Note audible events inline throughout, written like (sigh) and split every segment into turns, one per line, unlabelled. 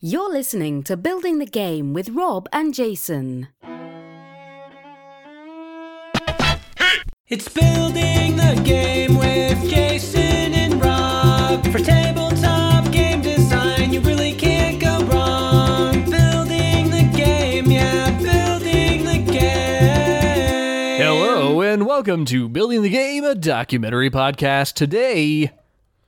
You're listening to Building the Game with Rob and Jason.
It's building the game with Jason and Rob. For tabletop game design, you really can't go wrong. Building the game, yeah, building the game.
Hello and welcome to Building the Game, a documentary podcast. Today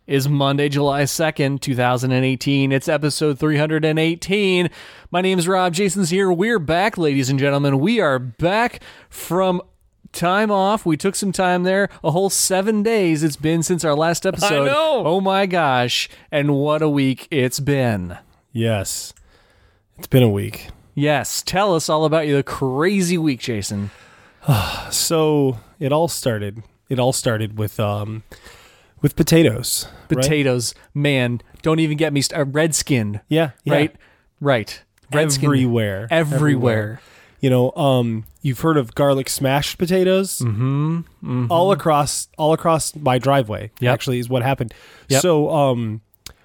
is Monday, July 2nd, 2018. It's episode 318. My name is Rob. Jason's here. We're back, ladies and gentlemen. We are back from time off. We took some time there. A whole seven days it's been since our last episode.
know.
Oh my gosh. And what a week it's been.
Yes. It's been a week.
Yes. Tell us all about the crazy week, Jason.
So it all started. It all started with um with potatoes. right?
potatoes. Man, don't even get me st- uh, red skinned.
Yeah, yeah.
Right. Right. Red-skinned.
Everywhere.
Everywhere.
You know, um you've heard of garlic smashed potatoes? Mm-hmm. All across all across my driveway,
Yep.
actually is what happened.
Yep.
So um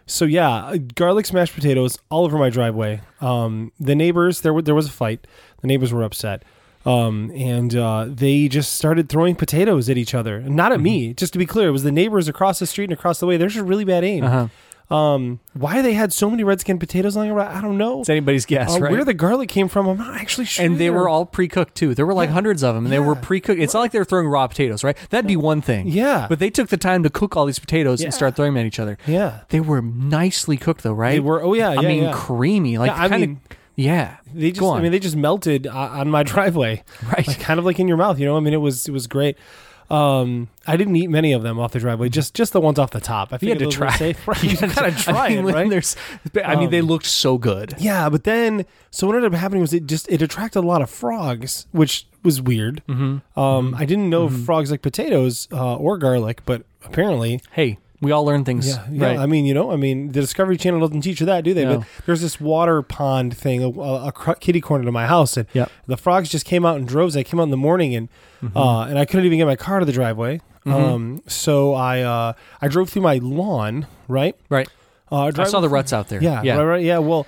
so yeah, garlic smashed potatoes all over my driveway. Um, the neighbors there were there was a fight. The neighbors were upset, um, and uh, they just started throwing potatoes at each other. Not at me, just to be clear. It was the neighbors across the street and across the way. There's just really bad aim. Um, why they had so many red skinned potatoes lying around, I don't know.
It's anybody's guess,
Uh,
right?
Where the garlic came from, I'm not actually sure.
and they were all pre-cooked too. There were like hundreds of them, and they were pre-cooked. It's not like they were throwing raw potatoes, right? That'd be one thing.
Yeah.
But they took the time to cook all these potatoes
Yeah.
and start throwing them at each other.
Yeah.
They were nicely cooked though, right?
They were- oh, yeah,
I
yeah,
mean,
yeah.
creamy. Like
Yeah, I
kind
mean,
of. Yeah.
They just,
Go on.
I mean, they just melted uh, on my (laughs) driveway,
Right.
Like, kind of like in your mouth, you know. I mean, it was it was great. Um, I didn't eat many of them off the driveway, just just the ones off the top. I
you had
figured
to
those were
try. (laughs)
Safe. (laughs) Right, you
had to-
gotta try
I mean,
it,
when
right? Um,
there's- I mean, they looked so good.
Yeah, but then so what ended up happening was it just it attracted a lot of frogs, which was weird. Mm-hmm. Um, I didn't know frogs like potatoes uh, or garlic, but apparently,
Hey, we all learn things.
yeah, yeah.
right.
I mean, you know, I mean, the Discovery Channel doesn't teach you that, do they?
No.
But there's this water pond thing, a, a, a cr- kitty corner to my house, and
Yep. Mm-hmm.
the frogs just came out in droves. I came out in the morning, and uh, and I couldn't even get my car to the driveway. Um, so I uh, I drove through my lawn, right?
right.
Uh,
I saw
driving-
the ruts out there.
yeah,
Yeah.
Right, right, yeah. Well,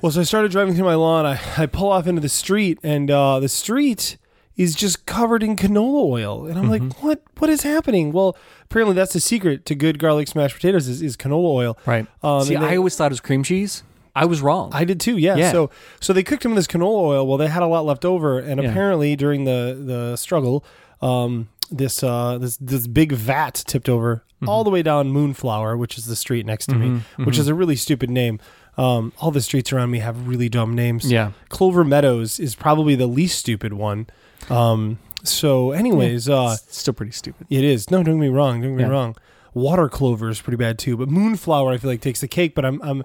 well. So I started driving through my lawn. I, I pull off into the street, and uh, the street is just covered in canola oil. And I'm
Mm-hmm.
like, what? What is happening? Well, apparently that's the secret to good garlic smashed potatoes is, is canola oil.
Right.
Um,
See,
and
I
they-
always thought it was cream cheese. I was wrong.
I did too. Yeah.
Yeah.
So so they cooked them in this canola oil. Well, they had a lot left over, and
Yeah.
apparently during the the struggle, um, this uh, this this big vat tipped over
Mm-hmm.
all the way down Moonflower, which is the street next to me, which
Mm-hmm.
is a really stupid name. Um, all the streets around me have really dumb names.
Yeah.
Clover Meadows is probably the least stupid one. Um, so, anyways, uh,
It's still pretty stupid.
it is. No, don't get me wrong. Don't get me
Yeah.
wrong. Water clover is pretty bad too, but moonflower I feel like takes the cake. But I'm, I'm,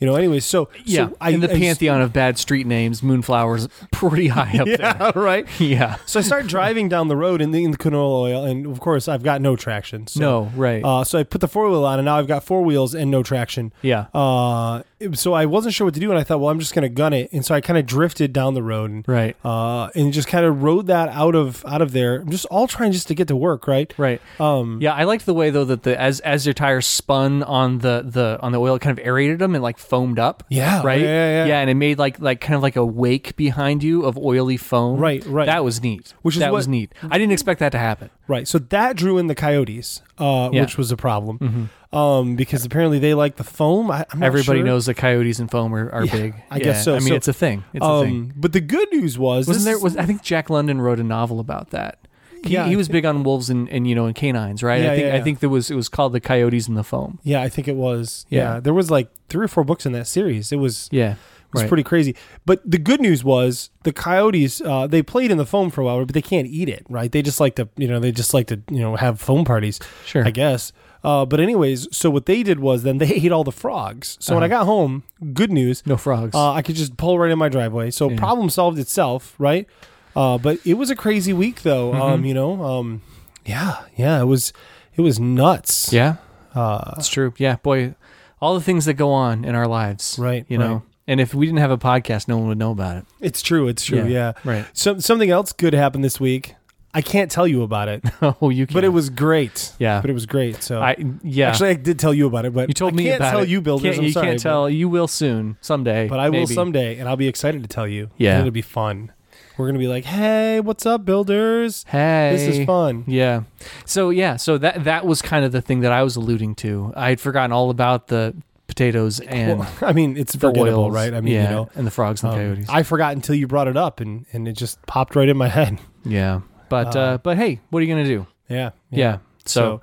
you know. Anyways, so
Yeah.
so I,
In the
I-
pantheon of bad street names, Moonflower's (laughs) pretty high up there.
(laughs) yeah, right.
(laughs) Yeah.
So I start driving down the road in the, in the canola oil, and of course I've got no traction. So,
No, right.
Uh, so I put the four wheel on, and now I've got four wheels and no traction.
Yeah.
Uh, it- so I wasn't sure what to do, and I thought, well, I'm just gonna gun it. And so I kind of drifted down the road, and,
Right.
Uh, and just kind of rode that out of out of there. I'm just all trying just to get to work, right?
Right.
Um,
yeah, I liked the way though that the as as your tires spun on the the on the oil, it kind of aerated them and like foamed up.
Yeah,
Right.
yeah, yeah, yeah.
and it made like like kind of like a wake behind you of oily foam.
Right, right.
That was neat.
Which is
that
what-
was neat. I didn't expect that to happen.
Right. So that drew in the coyotes, uh,
Yeah. Mm-hmm.
which was a problem, um, because apparently they like the foam. I, I'm not
Everybody
sure.
knows that coyotes and foam are, are big.
I guess so.
I mean,
So,
it's a thing. It's a thing.
Um, but the good news was
Wasn't
this
there?
is-
Was I think Jack London wrote a novel about that. He,
Yeah,
he
I
was big on wolves and, and you know and canines, right?
Yeah,
I think
yeah, yeah.
I think there was it was called the Coyotes and the Foam.
yeah, I think it was. Yeah.
Yeah.
there was like three or four books in that series. It was
Yeah,
it was
right.
pretty crazy. But the good news was the coyotes uh, they played in the foam for a while, but they can't eat it. Right? They just like to you know they just like to you know have foam parties.
Sure.
I guess. Uh, but anyways, so what they did was then they (laughs) ate all the frogs. So when I got home, good news,
Uh-huh. no frogs.
Uh, I could just pull right in my driveway. So problem solved itself, right? Uh, but it was a crazy week, though.
Mm-hmm.
Um, you know, um, yeah, yeah, it was, it was nuts.
yeah,
Uh,
that's true. Yeah, boy, all the things that go on in our lives,
Right,
You
right.
know, and if we didn't have a podcast, no one would know about it. (laughs)
it's true. It's true. Yeah.
right.
Some something else good happened this week. I can't tell you about it,
Oh, you can.
but it was great.
Yeah.
but it was great. So
I yeah.
actually, I did tell you about it, but
you told
I
me
can't
about
tell
it.
you, builders.
Can't-
I'm
you
sorry,
can't
but-
tell. You will soon, someday.
but I will
maybe.
someday, and I'll be excited to tell you.
Yeah.
And it'll be fun. We're gonna be like, hey, what's up, builders?
Hey,
This is fun.
Yeah. So yeah, so that that was kind of the thing that I was alluding to. I had forgotten all about the
(laughs)
potatoes and
Well, I mean, it's
the
forgettable,
oils,
right? I mean,
yeah,
you know,
and the frogs and
um,
the coyotes.
I forgot until you brought it up, and and it just popped right in my (laughs) head.
yeah. But uh,
uh,
but hey, what are you gonna do?
Yeah,
Yeah. So,
So,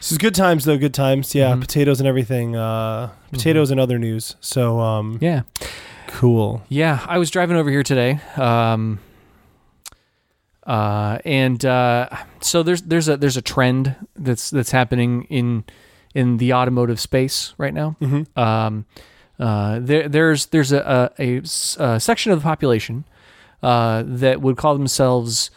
this is good times though. Good times. Yeah,
Mhm.
potatoes and everything. Uh, potatoes and other news. So um,
Mm-hmm. yeah,
cool.
yeah. I was driving over here today, um, uh, and uh, so there's there's a there's a trend that's that's happening in in the automotive space right now.
Mm-hmm.
um, uh, there, there's there's a, a, a s- a section of the population uh, that would call themselves.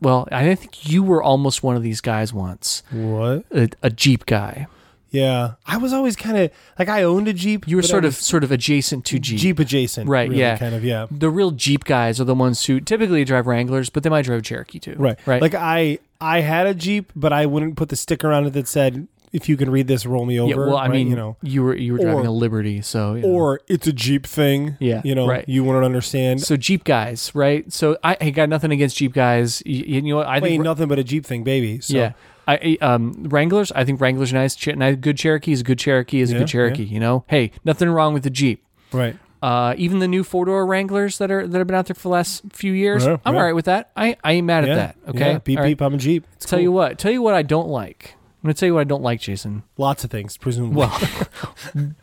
Well, I think you were almost one of these guys once,
What?
a, a Jeep guy.
Yeah, I was always kind of like I owned a Jeep.
You were
but I
sort of
was
sort of adjacent to Jeep.
Jeep adjacent,
Right,
really,
yeah.
kind of. Yeah.
The real Jeep guys are the ones who typically drive Wranglers, but they might drive Cherokee too.
Right.
Right.
Like I I had a Jeep, but I wouldn't put the sticker on it that said, "If you can read this, roll me over."
yeah. Well, I
right,
mean,
you know,
were you were driving
Or-
a Liberty, so you know.
or it's a Jeep thing.
Yeah,
You know,
right.
you wouldn't understand.
so Jeep guys, right? So I, I got nothing against Jeep guys. You, you know what? I
I
think
ain't
we're-
nothing but a Jeep thing, baby. So
Yeah. I I, um Wranglers. I think Wranglers are nice. Ch- nice- good Cherokee is a good Cherokee is a
Yeah,
good Cherokee. You know, hey, nothing wrong with the Jeep.
right.
Uh, even the new four door Wranglers that are that have been out there for the last few years,
Yeah,
I'm
yeah.
all right with that. I, I ain't mad
yeah,
at that. Okay,
Yeah. Beep
All right.
beep. I'm a Jeep. It's
Tell
cool.
you what, tell you what I don't like. I'm gonna tell you what I don't like, Jason.
lots of things, presumably.
Well,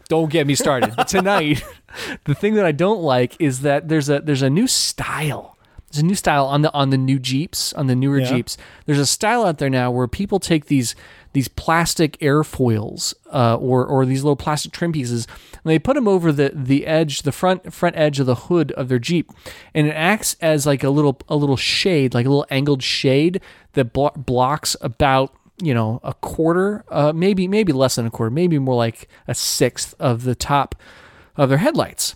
don't get me (laughs) started. Tonight, the thing that I don't like is that there's a there's a new style. There's a new style on the on the new Jeeps, on the newer
Yeah.
Jeeps. There's a style out there now where people take these these plastic airfoils uh, or or these little plastic trim pieces, and they put them over the the edge, the front front edge of the hood of their Jeep, and it acts as like a little a little shade, like a little angled shade that blo- blocks about you know a quarter, uh, maybe maybe less than a quarter, maybe more like a sixth of the top of their headlights,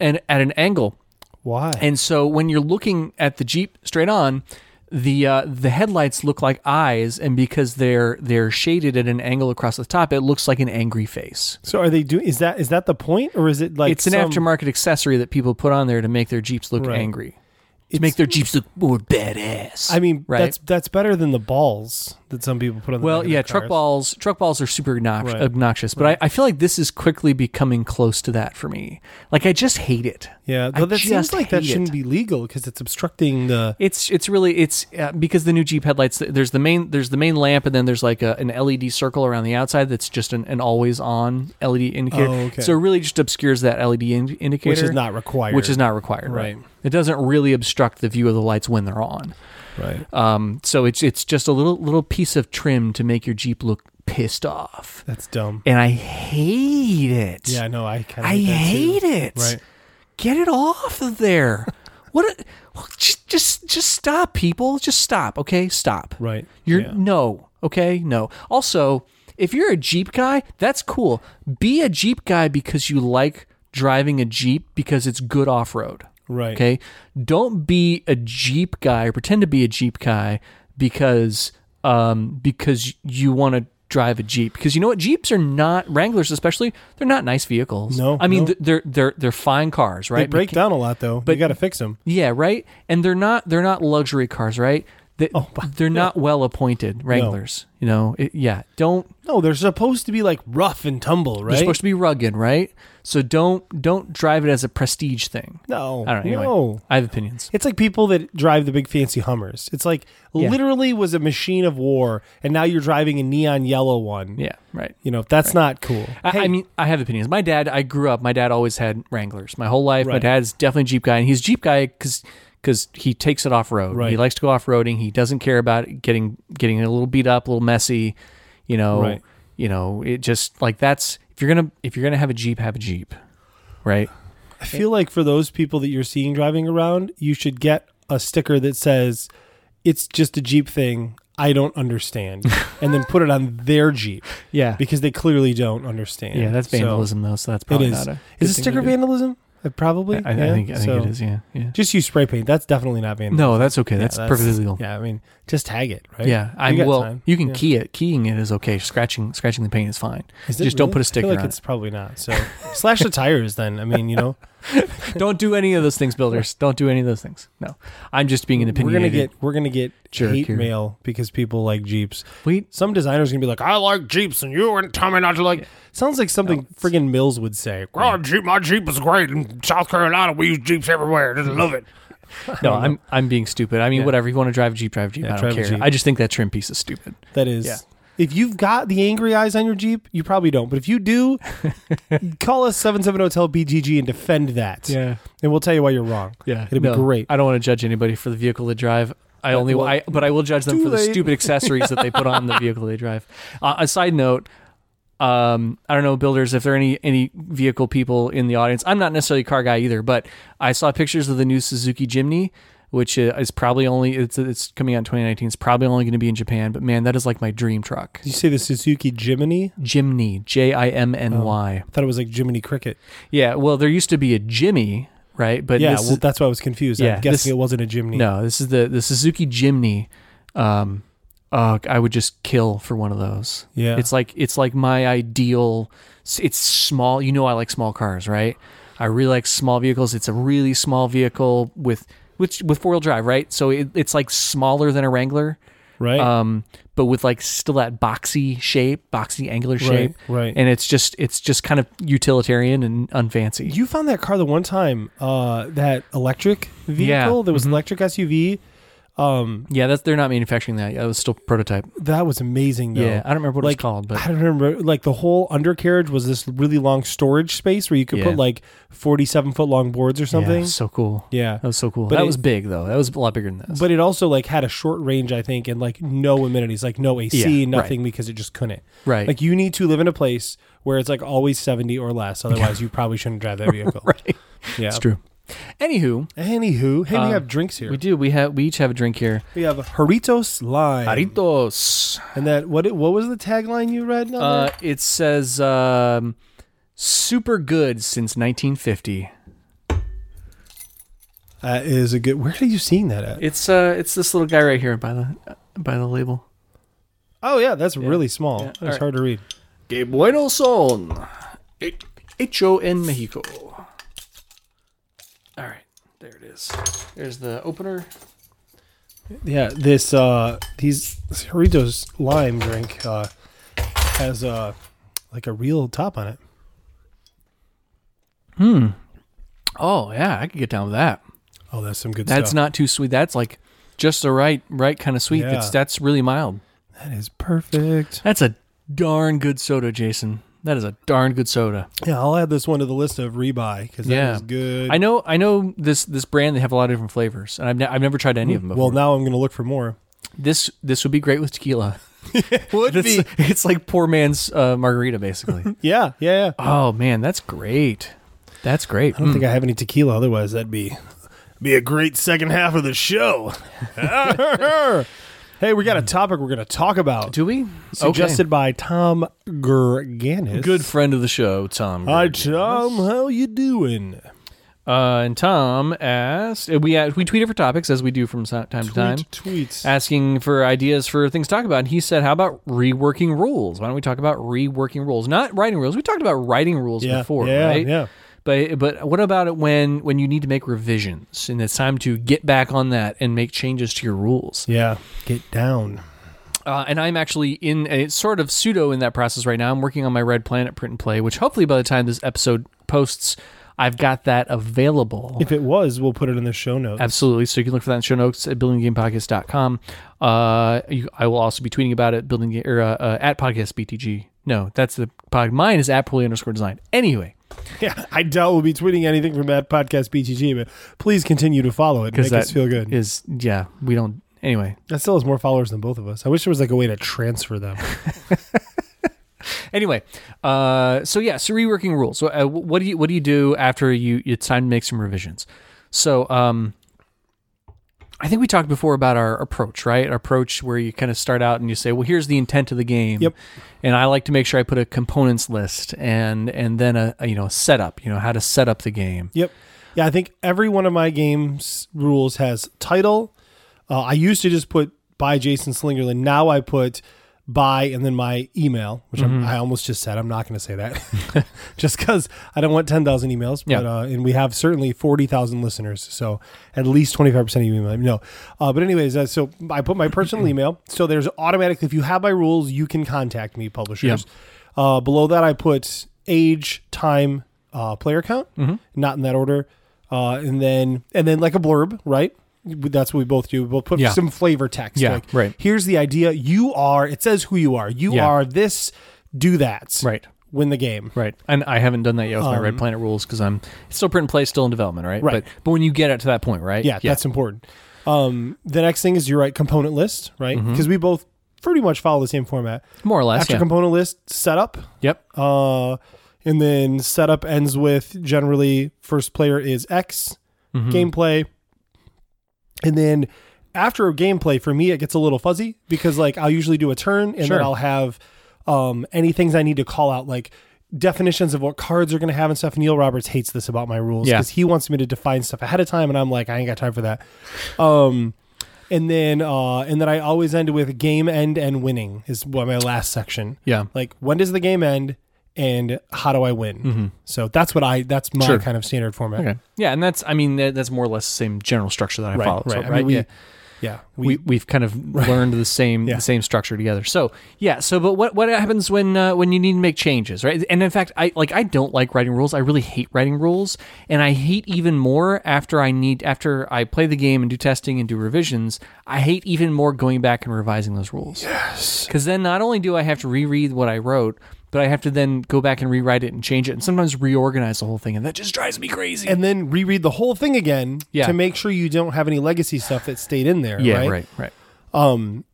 and at an angle.
(laughs) Why?
And so when you're looking at the Jeep straight on, the uh, the headlights look like eyes, and because they're they're shaded at an angle across the top, it looks like an angry face.
so are they doing? Is that is that the point, or is it like
it's an
some-
aftermarket accessory that people put on there to make their Jeeps look
Right.
angry, to
it's-
make their Jeeps look more badass.
I mean,
right?
that's that's better than the balls that some people put on. The back
well,
of their
yeah, truck
cars.
balls. Truck balls are super obnoxious,
Right.
obnoxious but I, I feel like this is quickly becoming close to that for me. Like I just hate it.
Yeah,
I
though that seems
just
like that
hate
shouldn't
it.
be legal because it's obstructing the.
It's it's really it's uh, because the new Jeep headlights. th- There's the main there's the main lamp, and then there's like a, an LED circle around the outside that's just an, an always on LED indicator.
Oh, okay.
So it really just obscures that LED in- indicator,
Which is not required.
which is not required. Right.
Right.
It doesn't really obstruct the view of the lights when they're on.
right.
Um. So it's it's just a little little piece of trim to make your Jeep look pissed off,
That's dumb.
and I hate it.
Yeah, no, I kind of.
I hate
that too.
it.
Right.
Get it off of there. (laughs) what? A, well, just, just, just stop, people. Just stop. Okay, stop.
Right.
You're
Yeah.
no. Okay, no. Also, if you're a Jeep guy, that's cool. Be a Jeep guy because you like driving a Jeep because it's good off road.
Right.
Okay. Don't be a Jeep guy or pretend to be a Jeep guy because um because you want to drive a Jeep because you know what Jeeps are not Wranglers especially they're not nice vehicles.
No,
I mean
no.
th they're they're they're fine cars, right?
They break down a lot though. But you got to fix them.
Yeah, right. And they're not they're not luxury cars, right? They,
Oh,
they're not well appointed Wranglers. You know, it, yeah. Don't
No, they're supposed to be like rough and tumble, right?
they're supposed to be rugged, right? So don't don't drive it as a prestige thing.
no,
I don't know. Anyway,
no.
I have opinions.
It's like people that drive the big fancy Hummers. It's like
Yeah.
literally was a machine of war, and now you're driving a neon yellow one.
Yeah, right.
You know that's not cool.
I,
Hey,
I mean, I have opinions. My dad, I grew up. My dad always had Wranglers my whole life. My
Right.
dad's definitely a Jeep guy, and he's a Jeep guy because he takes it off road.
Right.
He likes to go off roading. He doesn't care about it getting getting a little beat up, a little messy. You know,
Right.
you know, it just like that's if you're gonna if you're gonna have a Jeep, have a Jeep, right?
I feel like for those people that you're seeing driving around, you should get a sticker that says, "It's just a Jeep thing. I
(laughs)
don't understand," and then put it on their Jeep
Yeah,
because they clearly don't understand.
yeah. That's
So,
vandalism though, so that's
it
probably not
is.
a. good
is it
thing
sticker
to do.
vandalism? uh, probably.
I, I
yeah,
think I think
so-
it is. Yeah, yeah.
Just use spray paint. That's definitely not vandalism.
No, that's okay.
Yeah,
that's, perfectly legal. Yeah,
Yeah, I mean, just tag it, right?
I
You got
well,
time.
you can
Yeah.
key it. Keying it is okay. Scratching scratching the paint is fine.
Is it
Just don't
really?
put a
I
sticker
feel like
on
it's probably
(laughs)
not. So slash the tires. Then I mean, you know,
it. Don't do any of those things,
(laughs)
builders. Don't do any of those things. No, I'm just being an
we're
opinionated.
gonna get we're gonna get
jerk
hate
here.
mail because people like Jeeps.
Wait.
Some designers gonna be like, I like Jeeps, and you wouldn't tell me not to like. Sounds like something friggin' Mills would say.
Oh, Jeep, my Jeep is great. In South Carolina, we use Jeeps everywhere. Just love it.
No, I'm I'm being stupid. I mean, whatever you want to drive a Jeep, drive a Jeep.
Yeah,
I don't
drive a
care.
Jeep.
I just think that trim piece is stupid.
That is.
Yeah.
If you've got the angry eyes on your Jeep, you probably don't. But if
(laughs)
you do, call us oh, 770-TEL-BGG and defend that.
Yeah.
And we'll tell you why you're wrong.
Yeah,
It'll be
no,
great.
I don't want to judge anybody for the vehicle they drive. I only,
well,
I, but I will judge them
too
for the
late. (laughs)
stupid accessories that they put on the vehicle they drive. Uh, a side note, um, I don't know, builders, if there are any any vehicle people in the audience. I'm not necessarily a car guy either, but I saw pictures of the new Suzuki Jimny, which uh, is probably only it's it's coming out in 2019. It's probably only going to be in Japan, but man, that is like my dream truck.
Did you say the Suzuki Jimny?
Jimny, J I M N Y.
I thought it was like Jiminy Cricket.
Yeah, well, there used to be a Jimmy, right? But
yeah,
this
well,
is-
that's why I was confused.
Yeah,
I'm guessing
this-
it wasn't a Jimny.
No, this is the the Suzuki Jimny. Um, uh, I would just kill for one of those.
Yeah.
it's like it's like my ideal. It's small. You know, I like small cars, right? I really like small vehicles. It's a really small vehicle with which with four wheel drive, right? So it, it's like smaller than a Wrangler,
Right?
um, but with like still that boxy shape, boxy angular shape,
right.
And it's just it's just kind of utilitarian and unfancy.
you found that car the one time, uh, that electric vehicle
Yeah, mm-hmm.
that was an electric SUV.
yeah, that's they're not manufacturing that. That was still prototype.
That was amazing, though.
Yeah, I don't remember what
like,
it's called, but
I don't remember. Like the whole undercarriage was this really long storage space where you could
Yeah.
put like forty-seven foot long boards or
Yeah,
something.
so cool.
Yeah.
That was so cool.
But
that
it-
was big though. That was a lot bigger than this.
But it also like had a short range, I think, and like no amenities, like no AC,
Yeah, right.
nothing because it just couldn't.
Right.
Like you need to live in a place where it's like always seventy or
(laughs)
less, otherwise you probably shouldn't drive that vehicle.
right.
Yeah,
It's true. Anywho,
Anywho, hey,
Um,
we have drinks here.
we
We,
do. We have we each have a drink here.
have Haritos Lime,
Aritos.
and that what it- what was the tagline you read? Now
Uh, it says um, super good since 1950.
that is a good. Where are you seeing that at?
It's uh, it's this little guy right here by the by the label.
oh yeah, that's really small.
yeah,
It's
all right.
hard to read.
Que bueno son. Hecho en Mexico. All right, there it is. There's the opener.
Yeah, this uh these this Doritos lime drink uh has uh like a real top on it.
Oh yeah, I could get down with that.
Oh, that's some good
That's
stuff.
not too sweet. That's like just the right right kind of sweet.
Yeah.
That's that's really mild.
That's that is perfect.
That's a darn good soda, Jason. That is a darn good soda.
Yeah, I'll add this one to the list of rebuy because that is
yeah,
good.
I know. I know this this brand. They have a lot of different flavors, and I've, ne- I've never tried any of them. Before.
Mm, Well, now I'm gonna look for more.
this this would be great with tequila.
Would
It's, (laughs) it's like poor man's uh, margarita, basically.
(laughs) Yeah, yeah, yeah.
oh man, that's great. That's great.
I don't think I have any tequila. Otherwise, that'd be be a great second half of the show. (laughs) hey, we got a topic we're gonna talk about.
Hmm. Do we
Suggested by Tom Gerganis.
Okay. Good friend of the show, Tom.
Hi, Tom. How you doing?
Uh, and Tom asked. We uh, we tweeted for topics as we do from so- time to time.
tweets.
asking for ideas for things to talk about. And he said, How about reworking rules? Why don't we talk about reworking rules? Not writing rules. We talked about writing rules
Yeah,
before,
yeah,
right?
yeah.
But but what about it when when you need to make revisions and it's time to get back on that and make changes to your rules?
Yeah, get down.
Uh, and I'm actually in a sort of pseudo in that process right now. I'm working on my Red Planet print and play, which hopefully by the time this episode posts, I've got that available.
If it was, we'll put it in the show notes.
Absolutely. So you can look for that in show notes at buildinggamepodcast.com. Uh, you, I will also be tweeting about it building or, uh, uh, at podcast BTG. No, that's the pod. Mine is at poorly underscore design. Anyway,
Yeah, (laughs) I doubt we'll be tweeting anything from that podcast BGG, but please continue to follow it. Make
that
us feel good.
is yeah. We don't anyway.
that still has more followers than both of us. I wish there was like a way to transfer them.
Anyway, uh, so yeah, so reworking rules. So uh, what do you what do you do after you it's time to make some revisions? So um, I think we talked before about our approach, right? Our approach where you kind of start out and you say, "Well, here's the intent of the game."
Yep.
And I like to make sure I put a components list and and then a, a you know a setup, you know how to set up the game.
Yep. Yeah, I think every one of my games rules has title. Uh, I used to just put by Jason Slingerland. Now I put by and then my email, which I'm, I almost just said. I'm not going to say that (laughs) just because I don't want 10,000 emails. But,
Yeah.
uh, and we have certainly 40,000 listeners. So at least 25% of you email. No. Uh, but, anyways, uh, so I put my
(clears throat)
personal email. So there's automatically, if you have my rules, you can contact me, publishers. Uh, below that, I put age, time, uh, player count,
Mm-hmm.
not in that order, uh, and then and then like a blurb, right? That's what we both do. We'll put
Yeah.
some flavor text.
Yeah,
like,
right.
Here's the idea. You are. It says who you are. You
Yeah.
are this. Do that.
Right.
Win the game.
Right. And I haven't done that yet with my Red Planet rules because I'm it's still print and play, still in development, right?
Um, Right.
But, but when you get it to that point, right?
Yeah, that's important. Um, the next thing is you write component list, right? Because we both pretty much follow the same format.
Mm-hmm. more or less.
After
Yeah.
component list, setup.
yep.
Uh, and then setup ends with generally first player is X
Mm-hmm.
gameplay. And then after gameplay, for me, it gets a little fuzzy because like I'll usually do a turn and
Sure.
then I'll have um, any things I need to call out, like definitions of what cards are going to have and stuff. Neil Roberts hates this about my rules
Yeah.
because he wants me to define stuff ahead of time. And I'm like, I ain't got time for that. Um, and then, uh, and then I always end with game end and winning is what my last section
Yeah.
like when does the game end and how do I win? So that's what I that's my
Mm-hmm. Sure.
kind of standard format.
Okay. Yeah, and that's I mean that, that's more or less the same general structure that I
Right,
follow.
right.
so,
I mean, we,
Yeah.
yeah. we,
we we've kind (laughs) of learned the same
Yeah.
the same structure together. So yeah. So but what what happens when uh, when you need to make changes, right? And in fact, I like I don't like writing rules. I really hate writing rules, and I hate even more after I need after I play the game and do testing and do revisions. I hate even more going back and revising those rules. Yes. Because then not only do I have to reread what I wrote. But I have to then go back and rewrite it and change it, and sometimes reorganize the whole thing, and that just drives me crazy.
and then reread the whole thing again
Yeah.
to make sure you don't have any legacy stuff that stayed in there.
yeah,
right.
right, right.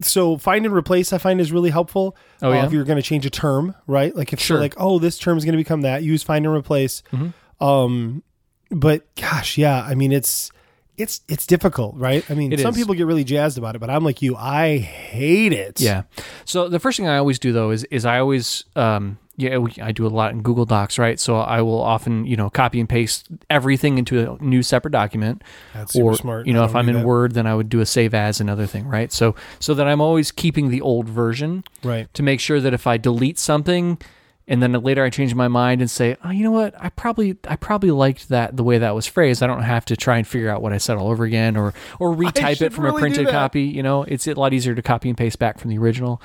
So find and replace I find is really helpful. Uh,
Oh, yeah?
if you're going to change a term, right? Like if
Sure.
you're like, oh, this term is going to become that, use find and replace.
Mm-hmm.
Um, but gosh, yeah, I mean it's. It's it's difficult, right? I mean,
It
some
is.
people get really jazzed about it, but I'm like you, I hate it.
Yeah. So the first thing I always do though is is I always um yeah we, I do a lot in Google Docs right so I will often you know copy and paste everything into a new separate document
That's super smart.
you
I
know if
don't
I'm
do
in
that.
Word then I would do a save as another thing right so so that I'm always keeping the old version
right.
to make sure that if I delete something and then later I change my mind and say, "Oh, you know what? I probably I probably liked that the way that was phrased. I don't have to try and figure out what I said all over again or
(laughs)
or retype it
should
from a
really do
printed
that.
copy, you know? It's a lot easier to copy and paste back from the original."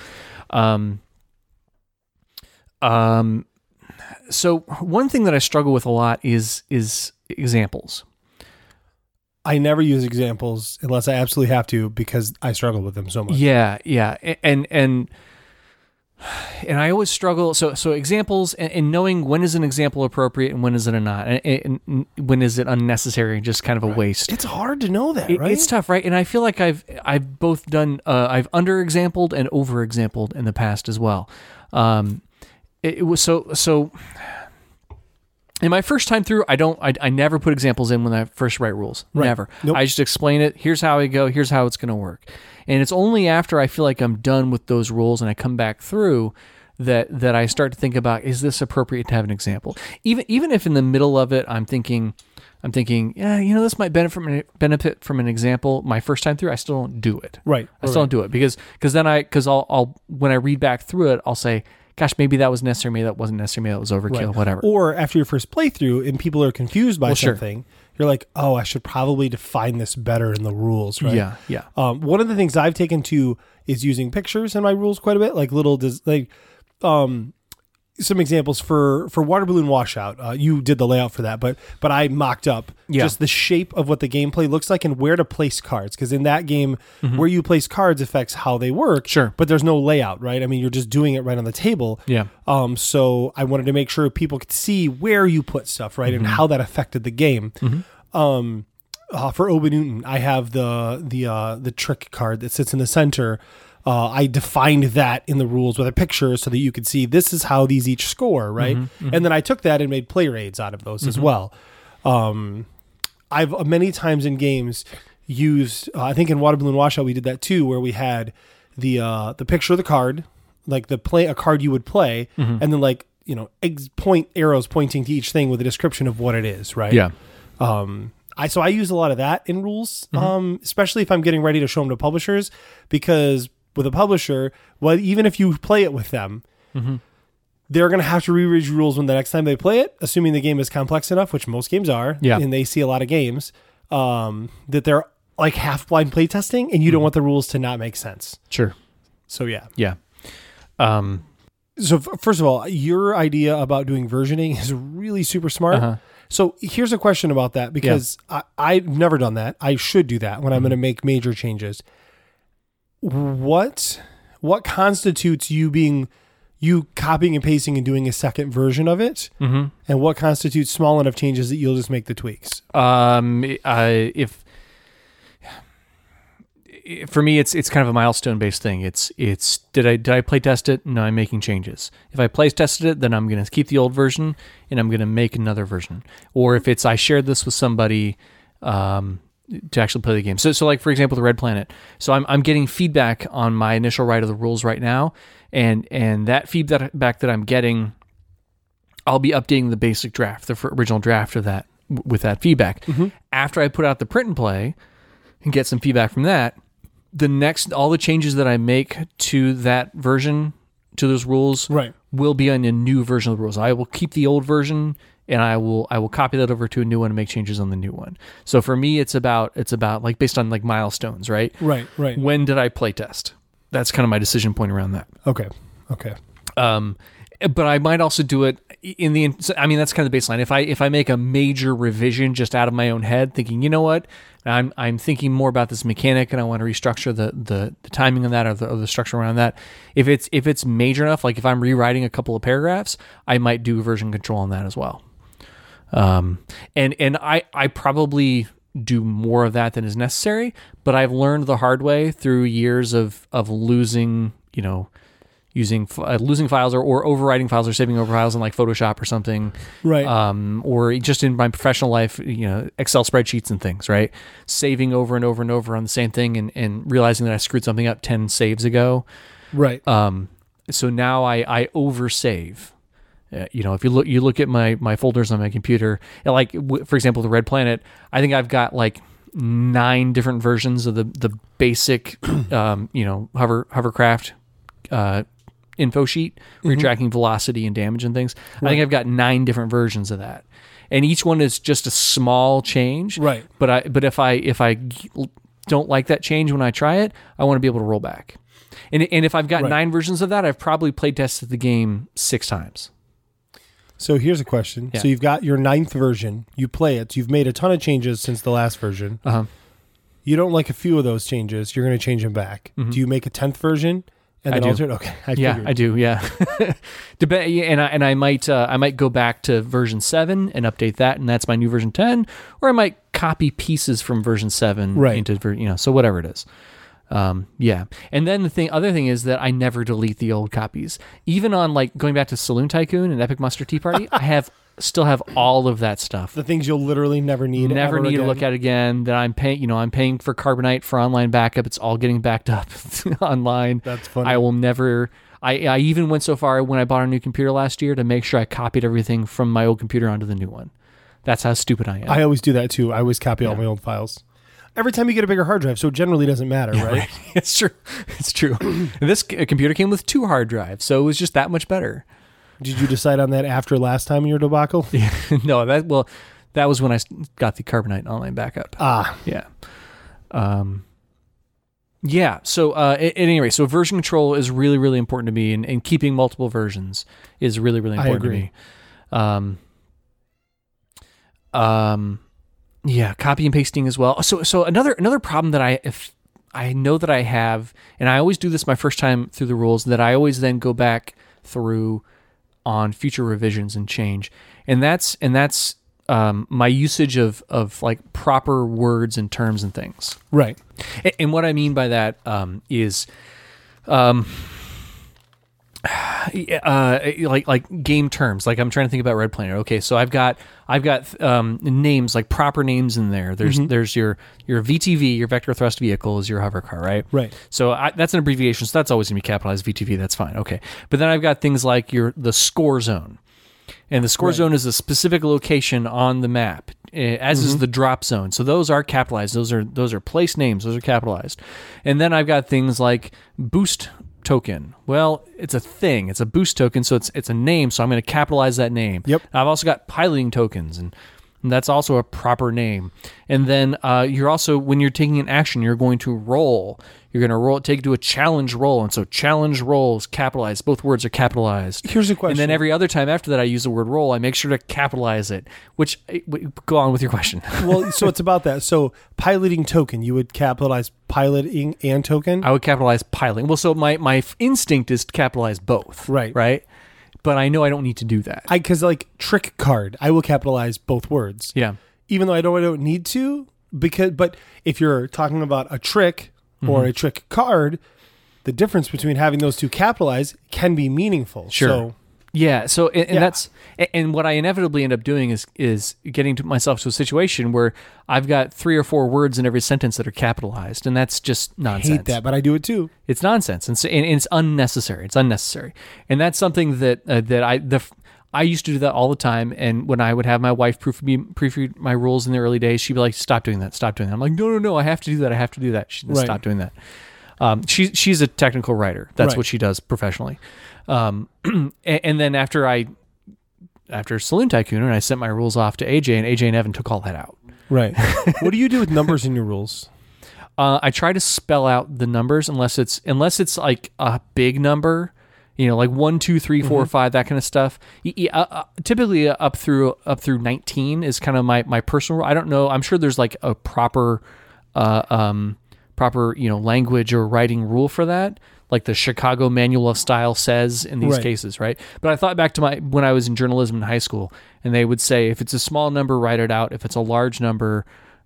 Um um so one thing that I struggle with a lot is is examples.
I never use examples unless I absolutely have to because I struggle with them so much.
Yeah, yeah, A- and and and I always struggle. So so examples and, and knowing when is an example appropriate and when is it a not, and, and, and when is it unnecessary and just kind of a waste.
It's hard to know that,
It-
right?
It's tough, right? And I feel like I've I've both done uh, I've underexampled and overexampled in the past as well. Um, it, it was so so. In my first time through, I don't I, I never put examples in when I first write rules. Never.
Nope.
I just explain it. Here's how I go. Here's how it's going to work. And it's only after I feel like I'm done with those rules and I come back through that that I start to think about is this appropriate to have an example? Even even if in the middle of it I'm thinking I'm thinking, yeah, you know, this might benefit from benefit from an example. My first time through, I still don't do it.
Right.
I still don't do it because because then I because I'll, I'll when I read back through it, I'll say, gosh, maybe that was necessary, maybe that wasn't necessary, maybe that was overkill, whatever.
Or after your first playthrough and people are confused by
sure.
something, you're like, oh, I should probably define this better in the rules, right?
Yeah, yeah.
Um, one of the things I've taken to is using pictures in my rules quite a bit, like little, dis- like, um, some examples for for water balloon washout. Uh, you did the layout for that, but but I mocked up
Yeah.
just the shape of what the gameplay looks like and where to place cards because in that game, where you place cards affects how they work.
Mm-hmm. Sure.
but there's no layout, right? I mean, you're just doing it right on the table.
Yeah.
Um, so I wanted to make sure people could see where you put stuff, right, and how that affected the game. Um, uh, for Oba Newton, I have the the uh, the trick card that sits in the center. Uh, I defined that in the rules with a picture so that you could see this is how these each score, right? And then I took that and made player aids out of those as well. Um, I've uh, many times in games used. Uh, I think in Water Balloon Washout we did that too, where we had the uh, the picture of the card, like the play a card you would play, and then like you know ex- point arrows pointing to each thing with a description of what it is, right?
Yeah.
I so I use a lot of that in rules, um, especially if I'm getting ready to show them to publishers, because with a publisher, well, even if you play it with them, they're going to have to reread your rules when the next time they play it, assuming the game is complex enough, which most games are,
Yeah.
and they see a lot of games um, that they're like half blind playtesting, and you don't want the rules to not make sense.
Sure.
So yeah.
Yeah. Um,
So f- first of all, your idea about doing versioning is really super smart.
Uh-huh.
So here's a question about that because I, I've never done that. I should do that when I'm going to make major changes. What what constitutes you being you copying and pasting and doing a second version of it,
mhm.
and what constitutes small enough changes that you'll just make the tweaks?
Um, I, if for me, it's it's kind of a milestone based thing. It's it's did I did I play test it? No, I'm making changes. If I play tested it, then I'm going to keep the old version and I'm going to make another version. Or if it's I shared this with somebody um, to actually play the game. So so like for example, the Red Planet. So I'm I'm getting feedback on my initial write of the rules right now, and and that feedback that I'm getting I'll be updating the basic draft, the f- original draft of that w- with that feedback. After I put out the print and play and get some feedback from that, the next all the changes that I make to that version to those rules
Right.
will be on a new version of the rules. I will keep the old version and I will I will copy that over to a new one and make changes on the new one. So for me it's about it's about like based on like milestones, right?
Right. Right.
When did I play test? That's kind of my decision point around that.
Okay. Okay.
Um, but I might also do it in the. I mean, that's kind of the baseline. If I if I make a major revision just out of my own head, thinking, you know what, I'm I'm thinking more about this mechanic, and I want to restructure the the, the timing on that or the, or the structure around that. If it's if it's major enough, like if I'm rewriting a couple of paragraphs, I might do version control on that as well. Um, and and I I probably do more of that than is necessary, but I've learned the hard way through years of of losing, you know, using f- uh, losing files or, or overwriting files or saving over files in like Photoshop or something,
Right.
um, or just in my professional life, you know, Excel spreadsheets and things, right? Saving over and over and over on the same thing and and realizing that I screwed something up ten saves ago,
right.
um, so now I I oversave. Uh, you know, if you look you look at my my folders on my computer, and like w- for example, the Red Planet, I think I've got like nine different versions of the the basic, um, you know, hover hovercraft. Uh, info sheet where you're tracking velocity and damage and things i think i've got nine different versions of that and each one is just a small change
Right.
but I but if I if I g- don't like that change when I try it, I want to be able to roll back. And and if I've got
Right.
nine versions of that, I've probably played tested the game six times.
So here's a question.
Yeah.
So you've got your ninth version. You play it. You've made a ton of changes since the last version.
Uh-huh.
You don't like a few of those changes. You're going to change them back. Do you make a tenth version
Mm-hmm.
and
I
then
do.
alter it? Okay. I
yeah,
figured.
I do. Yeah, (laughs) Dep- yeah, and I and I might uh, I might go back to version seven and update that, and that's my new version ten. Or I might copy pieces from version seven
Right.
into ver- you know so whatever it is. Um, yeah, and then the thing other thing is that I never delete the old copies, even on like going back to Saloon Tycoon and Epic Monster Tea
(laughs)
Party. I have still have all of that stuff.
The things you'll literally never need.
never
ever
need to
again.
look at it again. That I'm paying, you know, I'm paying for Carbonite for online backup. It's all getting backed up (laughs) online.
That's funny.
I will never. I, I even went so far when I bought a new computer last year to make sure I copied everything from my old computer onto the new one. That's how stupid I am.
I (laughs) always do that too. I always copy all my old files. Every time you get a bigger hard drive, so it generally doesn't matter, right?
it's true. It's true. (clears throat) this c- computer came with two hard drives, so it was just that much better.
(laughs)
(laughs)
Did you decide on that after last time in your debacle?
no, that well, that was when I s- got the Carbonite online backup.
Ah,
Yeah. Um, yeah. So, uh, a- at, any rate, so version control is really, really important to me, and, and keeping multiple versions is really, really
I
important to
agree.
me. Um, um, yeah, copy and pasting as well. So, so another another problem that I if I know that I have, and I always do this my first time through the rules, that I always then go back through on future revisions and change, and that's and that's um, my usage of of like proper words and terms and things.
right.
A- And what I mean by that um, is, um, (sighs) uh, like like game terms. Like I'm trying to think about Red Planet. Okay, so I've got I've got um, names like proper names in there. There's there's your your VTV, your vector thrust vehicle is your hover car, right?
Right.
So I, that's an abbreviation. So that's always gonna be capitalized VTV. That's fine. Okay. But then I've got things like your the score zone, and the score zone is a specific location on the map, eh, as is the drop zone. So those are capitalized. Those are those are place names. Those are capitalized. And then I've got things like boost token. Well, it's a thing. It's a boost token, so it's it's a name. So I'm going to capitalize that name.
Yep.
I've also got piloting tokens, and, and that's also a proper name. And then uh, you're also when you're taking an action, you're going to roll. You're going to roll. Take to a challenge roll, and so challenge rolls capitalized. Both words are capitalized.
Here's a question.
And then every other time after that, I use the word roll. I make sure to capitalize it. Which eh, w- go on with your question. (laughs)
well, so it's about that. So piloting token, you would capitalize piloting and token.
I would capitalize piling. Well, so my my f- instinct is to capitalize both.
Right.
Right. But I know I don't need to do that.
I because like trick card, I will capitalize both words.
yeah.
even though I don't I don't need to because but if you're talking about a trick or a trick card, the difference between having those two capitalized can be meaningful.
Sure.
So
yeah. So and, and
Yeah.
that's a- and what I inevitably end up doing is is getting to myself to a situation where I've got three or four words in every sentence that are capitalized, and that's just
I
nonsense.
hate that, but I do it too.
It's nonsense, and, so, and, and it's unnecessary. It's unnecessary, and that's something that uh, that I the f- I used to do that all the time. And when I would have my wife proof me proofread my rules in the early days, she'd be like, "Stop doing that! Stop doing that!" I'm like, "No, no, no! I have to do that! I have to do that!" She
Right.
stop doing that. Um, she she's a technical writer. That's
Right.
what she does professionally. Um, (clears throat) and, and then after I after Saloon Tycoon, and I sent my rules off to AJ, and AJ and Evan took all that out.
Right. (laughs) what do you do with numbers in your rules?
Uh, I try to spell out the numbers unless it's unless it's like a big number, you know, like one, two, three, four, five, that kind of stuff. Y- y- uh, uh, typically, uh, up through up through nineteen is kind of my my personal. I don't know. I'm sure there's like a proper, uh, um, proper you know language or writing rule for that. Like the Chicago Manual of Style says in these
Right.
cases, right? But I thought back to my when I was in journalism in high school, and they would say if it's a small number, write it out. If it's a large number,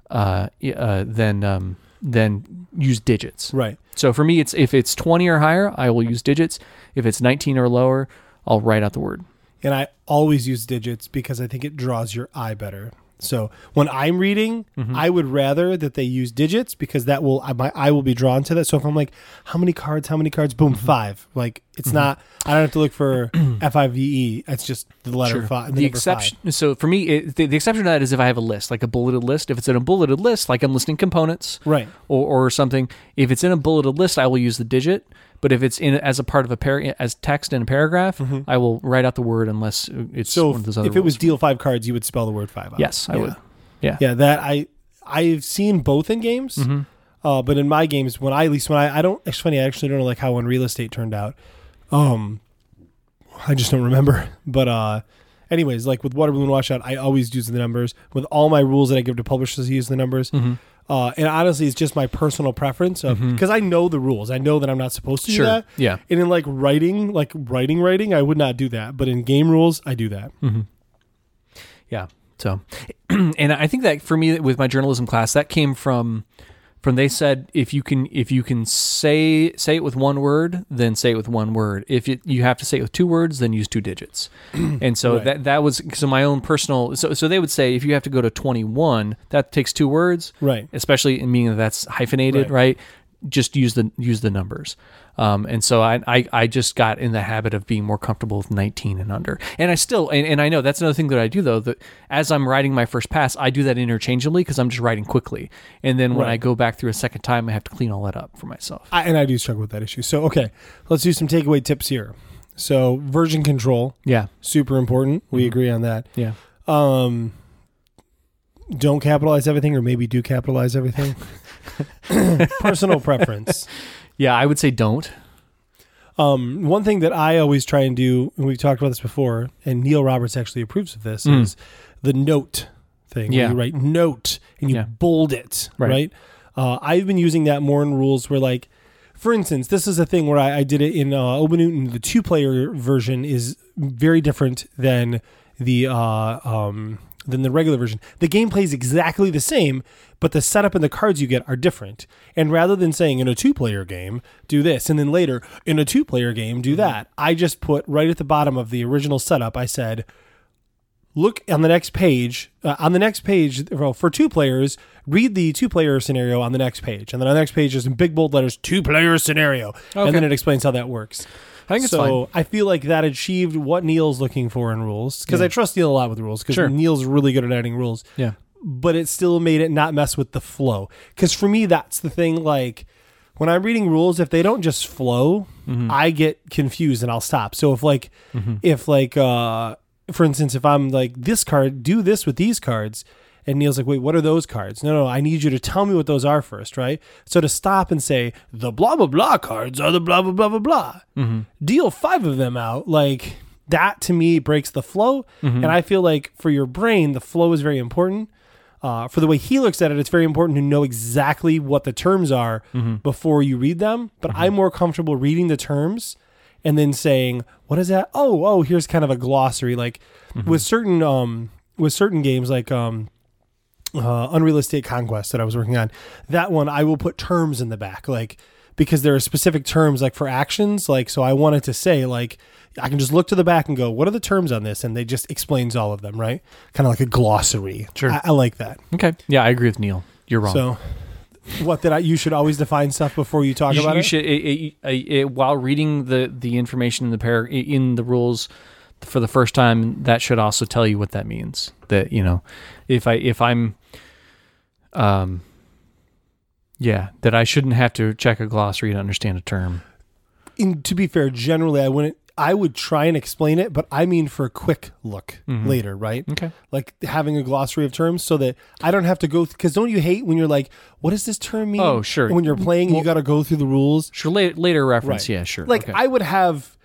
uh, y- uh, then um, then use digits.
Right.
So for me, it's if it's 20 or higher, I will use digits. If it's 19 or lower, I'll write out the word.
And I always use digits because I think it draws your eye better. So when I'm reading,
Mm-hmm.
I would rather that they use digits because that will I- my eye will be drawn to that. So if I'm like, how many cards? How many cards? Boom,
Mm-hmm.
five. Like it's not. I don't have to
(clears throat)
look for F I V E. It's just the letter fi-
The,
number
exception. So for me, it, the, the exception to that is if I have a list, like a bulleted list. If it's in a bulleted list, like I'm listing components,
Right.
or, or something. If it's in a bulleted list, I will use the digit. But if it's in as a part of a par- as text in a paragraph, I will write out the word unless it's
Mm-hmm. So
one of
if,
those other
if it was
rules.
deal five cards, you would spell the word five out.
yes, I
Yeah.
would. Yeah.
Yeah, that I I've seen both in games,
Mm-hmm.
uh, but in my games when I at least when I I don't it's funny I actually don't know like how when real estate turned out. Um, I just don't remember. (laughs) But uh, anyways, like with Water Balloon Washout, I always use the numbers. With all my rules that I give to publishers, I use the numbers.
Mm-hmm.
Uh, and honestly, it's just my personal preference of because I know the rules. I know that I'm not supposed to
Sure.
do that.
Yeah.
And in like writing, like writing, writing, I would not do that. But in game rules, I do that.
Yeah. So, (clears throat) and I think that for me with my journalism class, that came from from they said if you can if you can say say it with one word, then say it with one word. If it, you have to say it with two words, then use two
(clears throat)
digits. and so
Right.
that that was so my own personal. So so they would say if you have to go to twenty one, that takes two words,
Right.
Especially in meaning that that's hyphenated, right? Just use the use the numbers. Um, and so I, I I just got in the habit of being more comfortable with 19 and under. And I still and, and I know that's another thing that I do though that as I'm writing my first pass, I do that interchangeably because I'm just writing quickly. And then when I go back through a second time, I have to clean all that up for myself.
I, and I do struggle with that issue. So, okay, let's do some takeaway tips here. So, version control,
Yeah.
super important. We agree on that.
Yeah.
Um, don't capitalize everything, or maybe do capitalize everything. (laughs) Personal preference.
Yeah, I would say don't.
Um, one thing that I always try and do, and we've talked about this before, and Neil Roberts actually approves of this, is the note thing. where
Yeah.
You write note and you
Yeah.
bold it,
Right.
right? Uh, I've been using that more in rules where, like, for instance, this is a thing where I, I did it in uh, Open Newton. The two player version is very different than the uh, um, than the regular version. The gameplay is exactly the same, but the setup and the cards you get are different. And rather than saying in a two-player game do this, and then later in a two-player game
Mm-hmm.
do that, I just put right at the bottom of the original setup. I said look on the next page uh, on the next page well, for two players read the two player scenario on the next page and then on the next page is in big bold letters two player scenario
Okay.
and then it explains how that works
I think it's
so i feel like that achieved what neil's looking for in rules because i trust neil a lot with rules because
Sure.
neil's really good at adding rules
Yeah.
but it still made it not mess with the flow. Because for me, that's the thing. Like when I'm reading rules, if they don't just flow,
Mm-hmm.
I get confused and I'll stop. So if like, if like, uh, for instance, if I'm like this card, do this with these cards. And Neil's like, wait, what are those cards? No, no, I need you to tell me what those are first, right? So to stop and say, the blah, blah, blah cards are the blah, blah, blah, blah, blah, deal five of them out, like that to me breaks the flow. And I feel like for your brain, the flow is very important uh, for the way he looks at it, it's very important to know exactly what the terms are before you read them. But I'm more comfortable reading the terms and then saying, "What is that? Oh, oh, here's kind of a glossary." Like with certain um, with certain games, like um, uh, Unreal Estate Conquest that I was working on. That one I will put terms in the back, like because there are specific terms like for actions. Like so, I wanted to say like I can just look to the back and go, what are the terms on this? And they just explains all of them, right? Kind of like a glossary. Sure, I, I like that.
Okay. Yeah, I agree with Neil. You're wrong.
So. What that I, you should always define stuff before you talk
you,
about
you
it.
should it, it, it, it- while reading the the information in the par- in the rules for the first time that should also tell you what that means that you know if i if i'm um yeah that i shouldn't have to check a glossary to understand a term
in, to be fair, generally I wouldn't. I would try and explain it, but I mean for a quick look later, right?
Mm-hmm. Okay.
Like having a glossary of terms so that I don't have to go. Because don't you hate when you're like, "What does this term mean?"
Oh, sure.
When you're playing, and you got to go through the rules.
sure later, later reference yeah sure
Like
okay.
I would have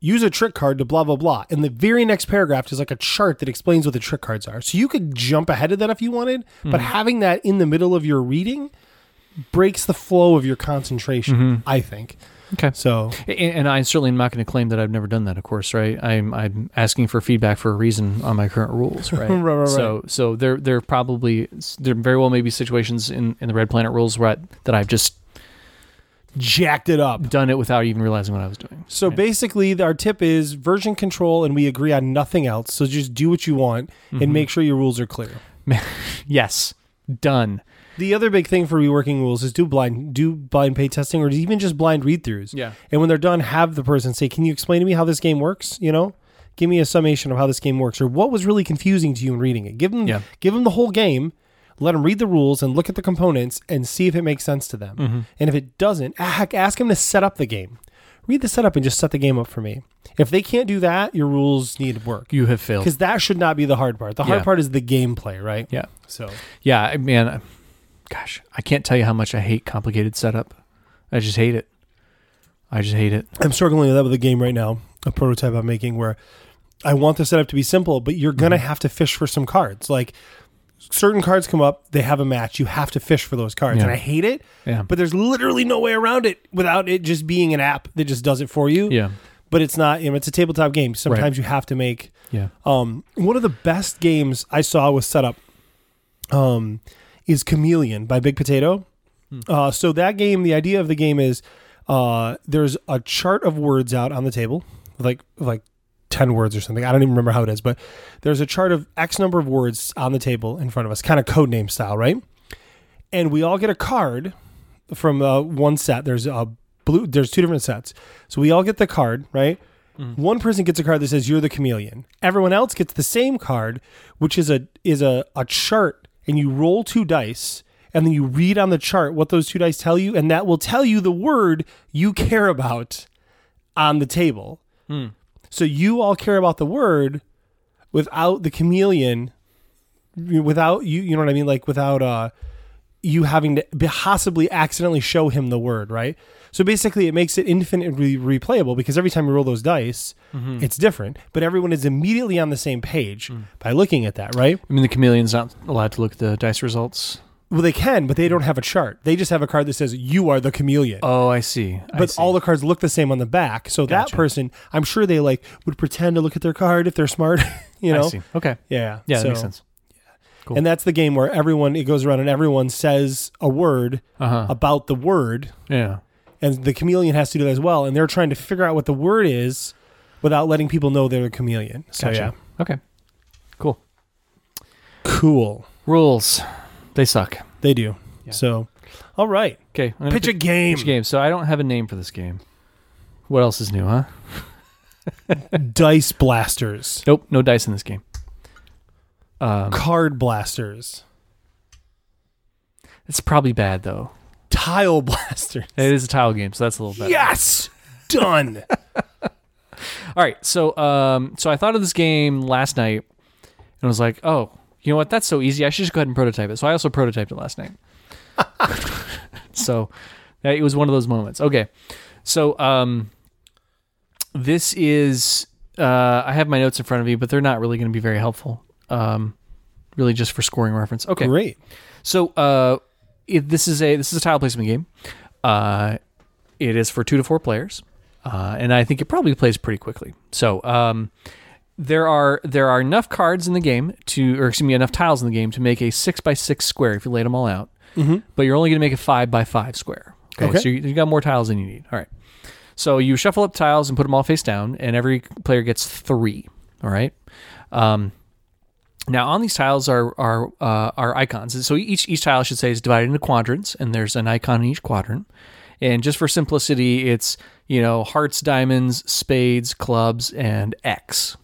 use a trick card to blah blah blah, and the very next paragraph is like a chart that explains what the trick cards are. So you could jump ahead of that if you wanted, but
Mm.
having that in the middle of your reading breaks the flow of your concentration. I think
Mm-hmm. okay
so.
And, and I certainly am not going to claim that I've never done that. Of course, right? I'm I'm asking for feedback for a reason on my current rules, (laughs) right?
Right, right,
So so there there are probably there very well may be situations in, in the Red Planet rules where I, that I've just
Jacked it up.
done it without even realizing what I was doing.
So basically, our tip is version control, and we agree on nothing else. So just do what you want and make sure your rules are clear.
Yes, done.
The other big thing for reworking rules is do blind do blind pay testing or even just blind read throughs.
Yeah.
And when they're done, have the person say, "Can you explain to me how this game works?" You know, give me a summation of how this game works or what was really confusing to you in reading it. Give them
Yeah.
give them the whole game. Let them read the rules and look at the components and see if it makes sense to them.
Mm-hmm.
And if it doesn't, a- ask them to set up the game. Read the setup and just set the game up for me. If they can't do that, your rules need work
You have failed.
because that should not be the hard part. The hard
Yeah.
part is the gameplay, right?
Yeah,
So
yeah. I- Man, I- gosh, I can't tell you how much I hate complicated setup. I just hate it. I just hate it.
I'm struggling with that with a game right now, a prototype I'm making where I want the setup to be simple, but you're gonna
Mm-hmm.
have to fish for some cards. Like certain cards come up, they have a match. You have to fish for those cards,
Yeah.
and I hate it.
Yeah.
But there's literally no way around it without it just being an app that just does it for you.
Yeah,
But it's not. You know, it's a tabletop game. Sometimes you have to make
yeah.
um, one of the best games I saw was set up um, is Chameleon by Big Potato. Uh, so that game, the idea of the game is uh, there's a chart of words out on the table, like like ten words or something. I don't even remember how it is, but there's a chart of X number of words on the table in front of us, kind of code name style, right? And we all get a card from uh, one set. There's a blue. There's two different sets, so we all get the card, right? One person gets a card that says you're the chameleon. Everyone else gets the same card, which is a is a, a chart, and you roll two dice, and then you read on the chart what those two dice tell you, and that will tell you the word you care about on the table. So you all care about the word without the chameleon without you you know what I mean? Like without uh you having to be- possibly accidentally show him the word, right? So basically, it makes it infinitely replayable because every time you roll those dice,
Mm-hmm.
it's different, but everyone is immediately on the same page
Mm.
by looking at that, right?
I mean, the chameleon's not allowed to look at the dice results.
Well, they can, but they don't have a chart. They just have a card that says, You are the chameleon.
Mm. Oh, I see. I
but
see.
all the cards look the same on the back. So that person, I'm sure they like would pretend to look at their card if they're smart. (laughs) You know,
I see. Okay.
yeah,
Yeah, that
so-
makes sense. Cool.
And that's the game where everyone it goes around and everyone says a word
Uh-huh.
about the word,
Yeah.
and the chameleon has to do that as well. And they're trying to figure out what the word is without letting people know they're a chameleon. So
Gotcha.
yeah,
Okay. Cool.
cool.
Rules. They suck.
They do.
Yeah.
So, all right,
Okay. I'm gonna
pitch a game.
pitch game. So I don't have a name for this game. What else is new, huh?
Dice blasters,
Nope. No dice in this game.
card blasters,
It's probably bad though.
tile (laughs) blasters.
It is a tile game, so that's a little better.
Yes,
(laughs)
done.
All right. So um so I thought of this game last night and was like, "Oh, you know what? That's so easy. I should just go ahead and prototype it." So I also prototyped it last night. (laughs) so that- it was one of those moments. Okay. So um this is uh I have my notes in front of you, but they're not really going to be very helpful. Um really just for scoring reference. Okay.
Great.
So uh, it, this is a this is a tile placement game. Uh, it is for two to four players, uh, and I think it probably plays pretty quickly. So um, there are there are enough cards in the game to, or excuse me, enough tiles in the game to make a six by six square if you laid them all out. But you're only going to make a five by five square. Okay,
Okay.
so you, you got more tiles than you need. All right. So you shuffle up tiles and put them all face down, and every player gets three. All right. Now on these tiles are are uh, are icons. So each each tile I should say is divided into quadrants, and there's an icon in each quadrant. And just for simplicity, it's you know hearts, diamonds, spades, clubs, and X.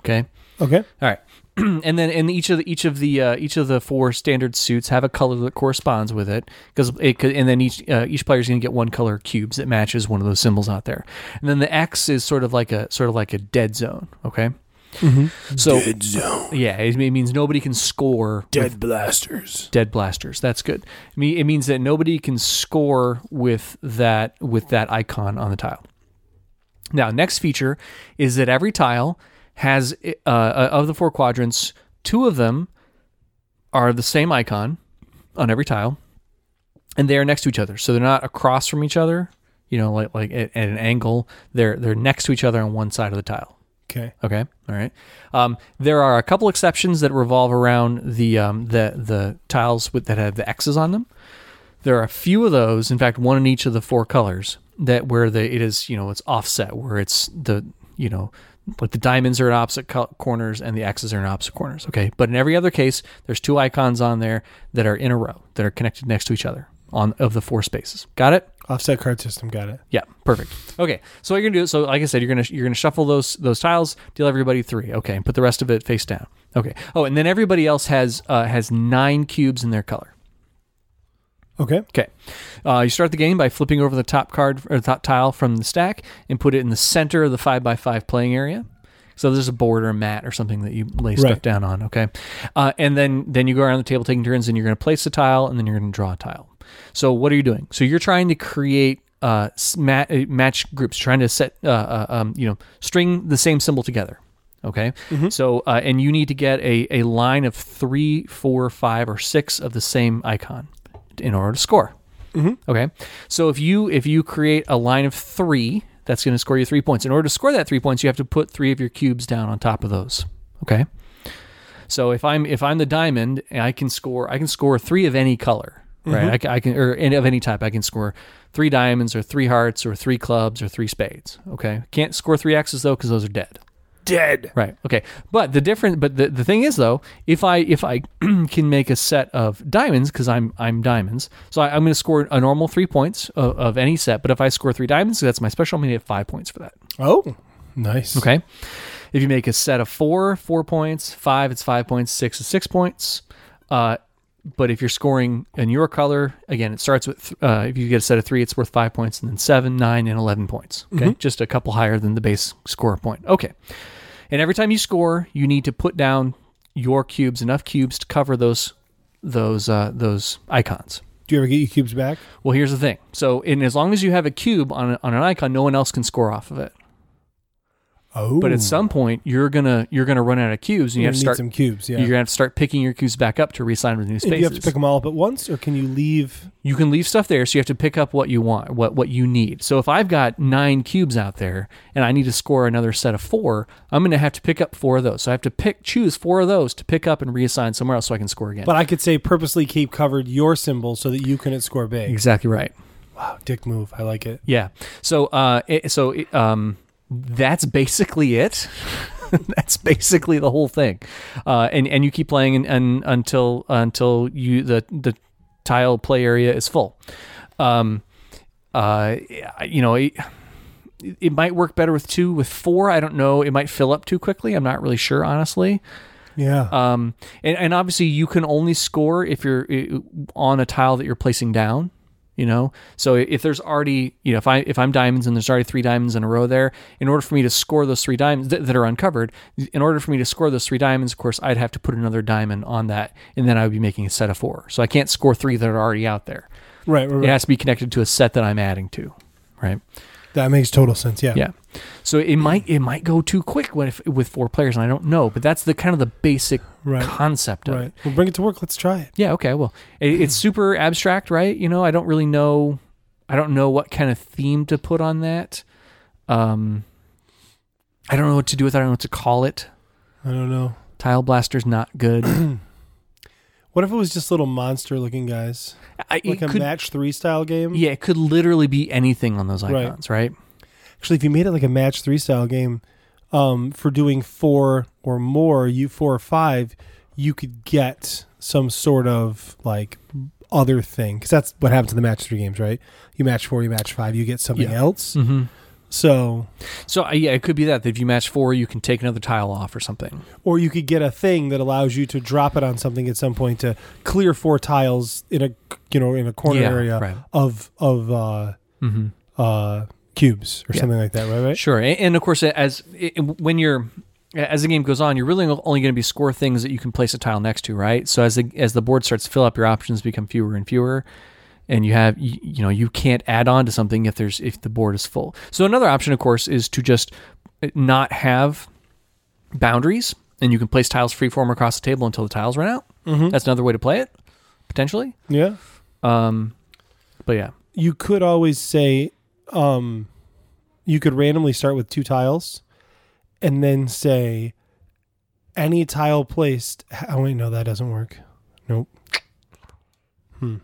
Okay.
Okay.
All right. (clears throat) and then in each of the, each of the uh, each of the four standard suits have a color that corresponds with it because it could, and then each uh, each player is going to get one color cubes that matches one of those symbols out there. And then the X is sort of like a sort of like a dead zone, okay? So Mm-hmm. dead zone. Yeah, it me- it means nobody can score dead blasters. Dead blasters. That's good. I mean, it means that nobody can score with that with that icon on the tile. Now, next feature is that every tile has, uh, uh, of the four quadrants, two of them are the same icon on every tile, and they are next to each other. So they're not across from each other, you know, like like at, at an angle. They're they're next to each other on one side of the tile.
Okay.
Okay. All right. Um, there are a couple exceptions that revolve around the um, the the tiles with, that have the X's on them. There are a few of those. In fact, one in each of the four colors that where the it is you know it's offset where it's the you know like the diamonds are in opposite co- corners and the X's are in opposite corners. Okay. But in every other case, there's two icons on there that are in a row that are connected next to each other on of the four spaces. Got it?
Offset card system. Got it.
Yeah, perfect. Okay, so what you're gonna do so like I said, you're gonna you're gonna shuffle those those tiles, deal everybody three. Okay, and put the rest of it face down. Okay. Oh, and then everybody else has uh, has nine cubes in their color.
Okay.
Okay, uh, you start the game by flipping over the top card or top tile from the stack and put it in the center of the five by five playing area. So there's a board or a mat or something that you lay stuff
Right.
down on. Okay, uh, and then then you go around the table taking turns, and you're going to place a tile, and then you're going to draw a tile. So what are you doing? So you're trying to create uh, s- ma- uh, match groups, trying to set uh, uh, um, you know string the same symbol together. Okay, so uh, and you need to get a a line of three, four, five, or six of the same icon in order to score. Okay. So if you if you create a line of three, that's going to score you three points. In order to score that three points, you have to put three of your cubes down on top of those. Okay. So if I'm if I'm the diamond, and I can score I can score three of any color, right? I ca- I, can or any, of any type. I can score three diamonds or three hearts or three clubs or three spades. Okay. Can't score three X's though because those are dead.
Dead.
Right. Okay. But the different but the, the thing is though, if I if I (clears throat) can make a set of diamonds because I'm I'm diamonds, so I, I'm going to score a normal three points of, of any set. But if I score three diamonds, that's my special. I'm going to get five points for that.
Oh, nice.
Okay. If you make a set of four, four points. Five, it's five points. Six is six points. Uh, but if you're scoring in your color, again, it starts with uh, if you get a set of three, it's worth five points, and then seven, nine, and eleven points. Okay, just a couple higher than the base score point. Okay, and every time you score, you need to put down your cubes, enough cubes to cover those those uh, those icons.
Do you ever get your cubes back?
Well, here's the thing. So, in as long as you have a cube on, a, on an icon, no one else can score off of it.
Oh,
But at some point, you're gonna you're gonna run out of cubes, and you
you
have to start
some cubes. Yeah,
You're gonna have to start picking your cubes back up to reassign with new
And
spaces.
do you have to pick them all up at once, or can you leave?
you can leave stuff there, so you have to pick up what you want, what what you need. So if I've got nine cubes out there and I need to score another set of four, I'm gonna have to pick up four of those. So I have to pick choose four of those to pick up and reassign somewhere else so I can score again.
But I could say purposely keep covered your symbol so that you couldn't score big.
exactly right.
Wow, dick move. I like it.
Yeah. So uh, it, so it, um, that's basically it. (laughs) that's basically the whole thing, uh, and and you keep playing and, and until until you the the tile play area is full. Um, uh, you know. It, it might work better with two. With four, I don't know. It might fill up too quickly. I'm not really sure, honestly.
Yeah.
Um, and, and obviously, you can only score if you're uh, on a tile that you're placing down. You know, so if there's already, you know, if I if I'm diamonds and there's already three diamonds in a row there, in order for me to score those three diamonds th- that are uncovered, in order for me to score those three diamonds, of course, I'd have to put another diamond on that, and then I would be making a set of four. So I can't score three that are already out there.
right. Right.
It
right.
has to be connected to a set that I'm adding to, right?
That makes total sense. Yeah.
Yeah. So it might it might go too quick when if, with four players, and I don't know, but that's the kind of the basic
Right.
concept of it.
Right. Well, bring it to work. Let's try it.
Yeah, okay, well, it, it's super abstract, right? You know, I don't really know, I don't know what kind of theme to put on that. Um, I don't know what to do with it. I don't know what to call it.
I don't know.
Tile blaster's not good.
What if it was just little monster-looking guys,
I,
like
it
a
could,
match three style game?
yeah, it could literally be anything on those
Right.
icons, right?
Actually, if you made it like a match three style game, um, for doing four or more, you four or five, you could get some sort of like other thing because that's what happens in the match three games, right? You match four, you match five, you get something else.
Mm-hmm.
So,
So uh, yeah, it could be that that if you match four, you can take another tile off or something.
or you could get a thing that allows you to drop it on something at some point to clear four tiles in a you know in a corner
Yeah,
area
right.
of of uh,
Mm-hmm.
uh, cubes or
Yeah.
something like that, right? Right.
Sure, and, and of course, as when you're as the game goes on, you're really only going to be score things that you can place a tile next to, right? So as the as the board starts to fill up, your options become fewer and fewer, and you have you, you know you can't add on to something if there's if the board is full. So another option, of course, is to just uh, not have boundaries, and you can place tiles freeform across the table until the tiles run out. That's another way to play it, potentially.
Yeah.
Um, but yeah,
you could always say um you could randomly start with two tiles and then say any tile placed oh wait no that doesn't work nope hmm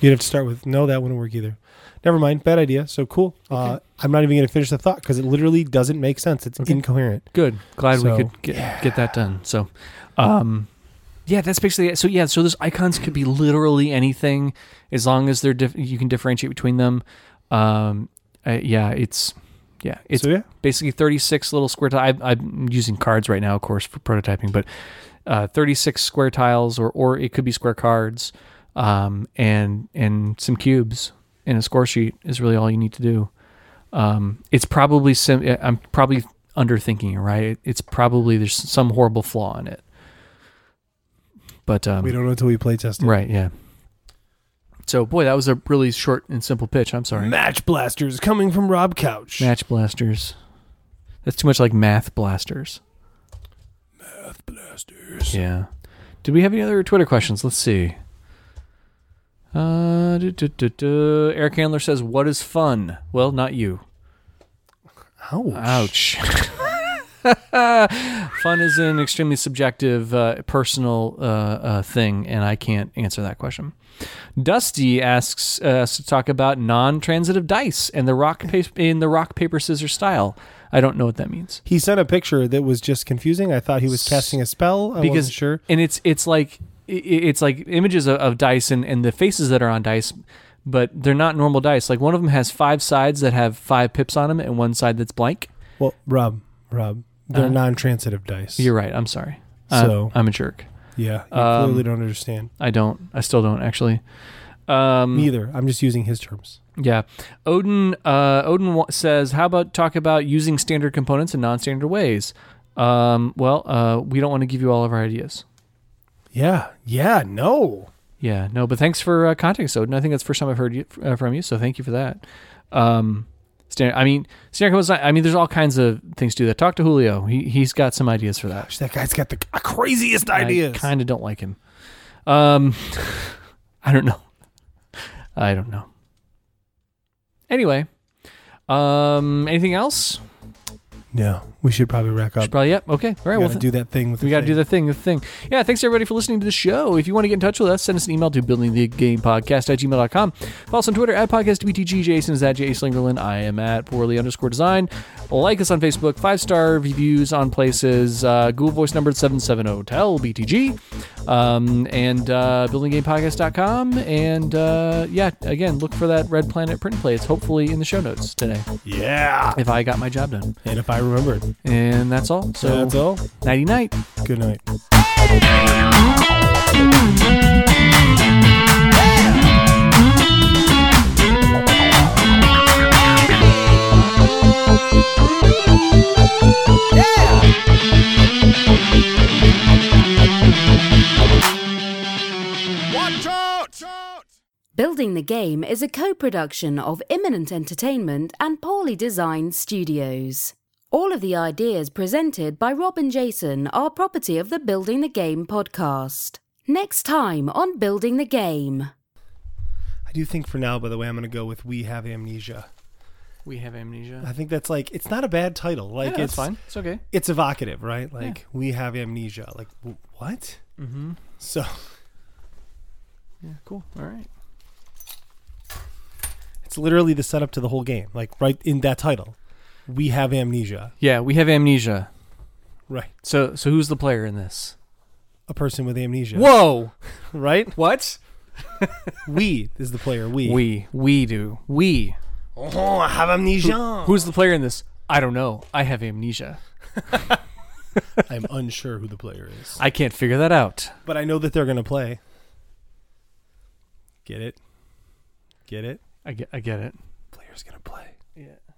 you'd have to start with no that wouldn't work either never mind bad idea so cool uh, i'm not even going to finish the thought because it literally doesn't make sense it's
Okay.
incoherent
good glad
So,
we could get, get that done so um yeah that's basically it so yeah so those icons could be literally anything as long as they're diff- you can differentiate between them um uh, yeah it's yeah it's
so yeah
basically 36 little square tiles i'm using cards right now of course for prototyping but uh 36 square tiles or or it could be square cards um and and some cubes and a score sheet is really all you need to do um, it's probably sim- I'm probably underthinking it, right? It, it's probably there's some horrible flaw in it. But um,
we don't know until we play test it.
right, yeah. So boy, that was a really short and simple pitch. I'm sorry.
match blasters coming from rob couch
Match blasters. That's too much like math blasters. Math blasters. Yeah. Did we have any other Twitter questions? Let's see. Uh, duh, duh, duh, duh. Eric Handler says, "What is fun?" Well, not you.
Ouch.
Ouch. (laughs) Fun is an extremely subjective, uh, personal uh, uh, thing, and I can't answer that question. Dusty asks uh, us to talk about non-transitive dice and the rock pa- in the rock paper scissors style. I don't know what that means
he sent a picture that was just confusing i thought he was casting a spell i
because
wasn't sure
and it's it's like i- i- it's like images of, of dice and, and the faces that are on dice, but they're not normal dice. Like one of them has five sides that have five pips on them, and one side that's blank.
Well, Rob, Rob, they're
Uh-huh.
non-transitive dice.
You're right. I'm sorry. I'm-
So-
I'm a jerk.
yeah, you
Um,
clearly don't understand.
I don't. I still don't actually. Um,
Neither. I'm just using his terms.
yeah, Odin. Uh, Odin wa- says, "How about talk about using standard components in non-standard ways?" Um, well, uh, we don't want to give you all of our ideas.
Yeah. Yeah. No.
Yeah, no, but thanks for uh, context, Odin. I think that's the first time I've heard you, uh, from you, so thank you for that. Um, Stan- I mean, Stan was. I mean, there's all kinds of things to do that. Talk to Julio. He he's got some ideas for that.
That guy's got the craziest ideas.
I kind of don't like him. Um, (laughs) I don't know. I don't know. Anyway, um, anything else?
no, we should probably wrap up.
Probably yep. Okay. All right.
we
well,
gotta
th-
do that thing with.
we got to do the thing, the thing. Yeah, thanks everybody for listening to the show. If you want to get in touch with us, send us an email to buildingthegamepodcast at gmail.com. Follow us on Twitter at podcastbtg. Jason is at jslingerlin. I am at poorly underscore design. Like us on Facebook. Five star reviews on places. Uh, Google voice number 770 tell BTG. Um, and uh, buildinggamepodcast.com. And uh, yeah, again, look for that Red Planet print and play. It's hopefully in the show notes today
Yeah.
if I got my job done.
And if I remembered,
And that's all. So
that's all.
nighty night.
Good night.
Watch out!
Building the Game is a co production of Imminent Entertainment and Poorly Designed Studios. All of the ideas presented by Rob and Jason are property of the Building the Game podcast. Next time on Building the Game.
I do think for now, by the way, I'm going to go with "We Have Amnesia."
We have amnesia.
I think that's like it's not a bad title. Like
yeah,
it's
it's fine. It's okay.
It's evocative, right? Like we have amnesia. Like w- what? Mm-hmm. So
Yeah, cool. All right.
it's literally the setup to the whole game. Like right in that title, we have amnesia.
Yeah, we have amnesia.
Right,
So, so who's the player in this?
a person with amnesia.
(laughs) Whoa!
Right?
What?
we is the player. We.
We we do we.
Oh, I have amnesia.
Who's the player in this? I don't know. I have amnesia.
(laughs) I'm unsure who the player is,
I can't figure that out.
but I know that they're gonna play. Get it? Get it?
I get I get it.
Player's gonna play.
Yeah.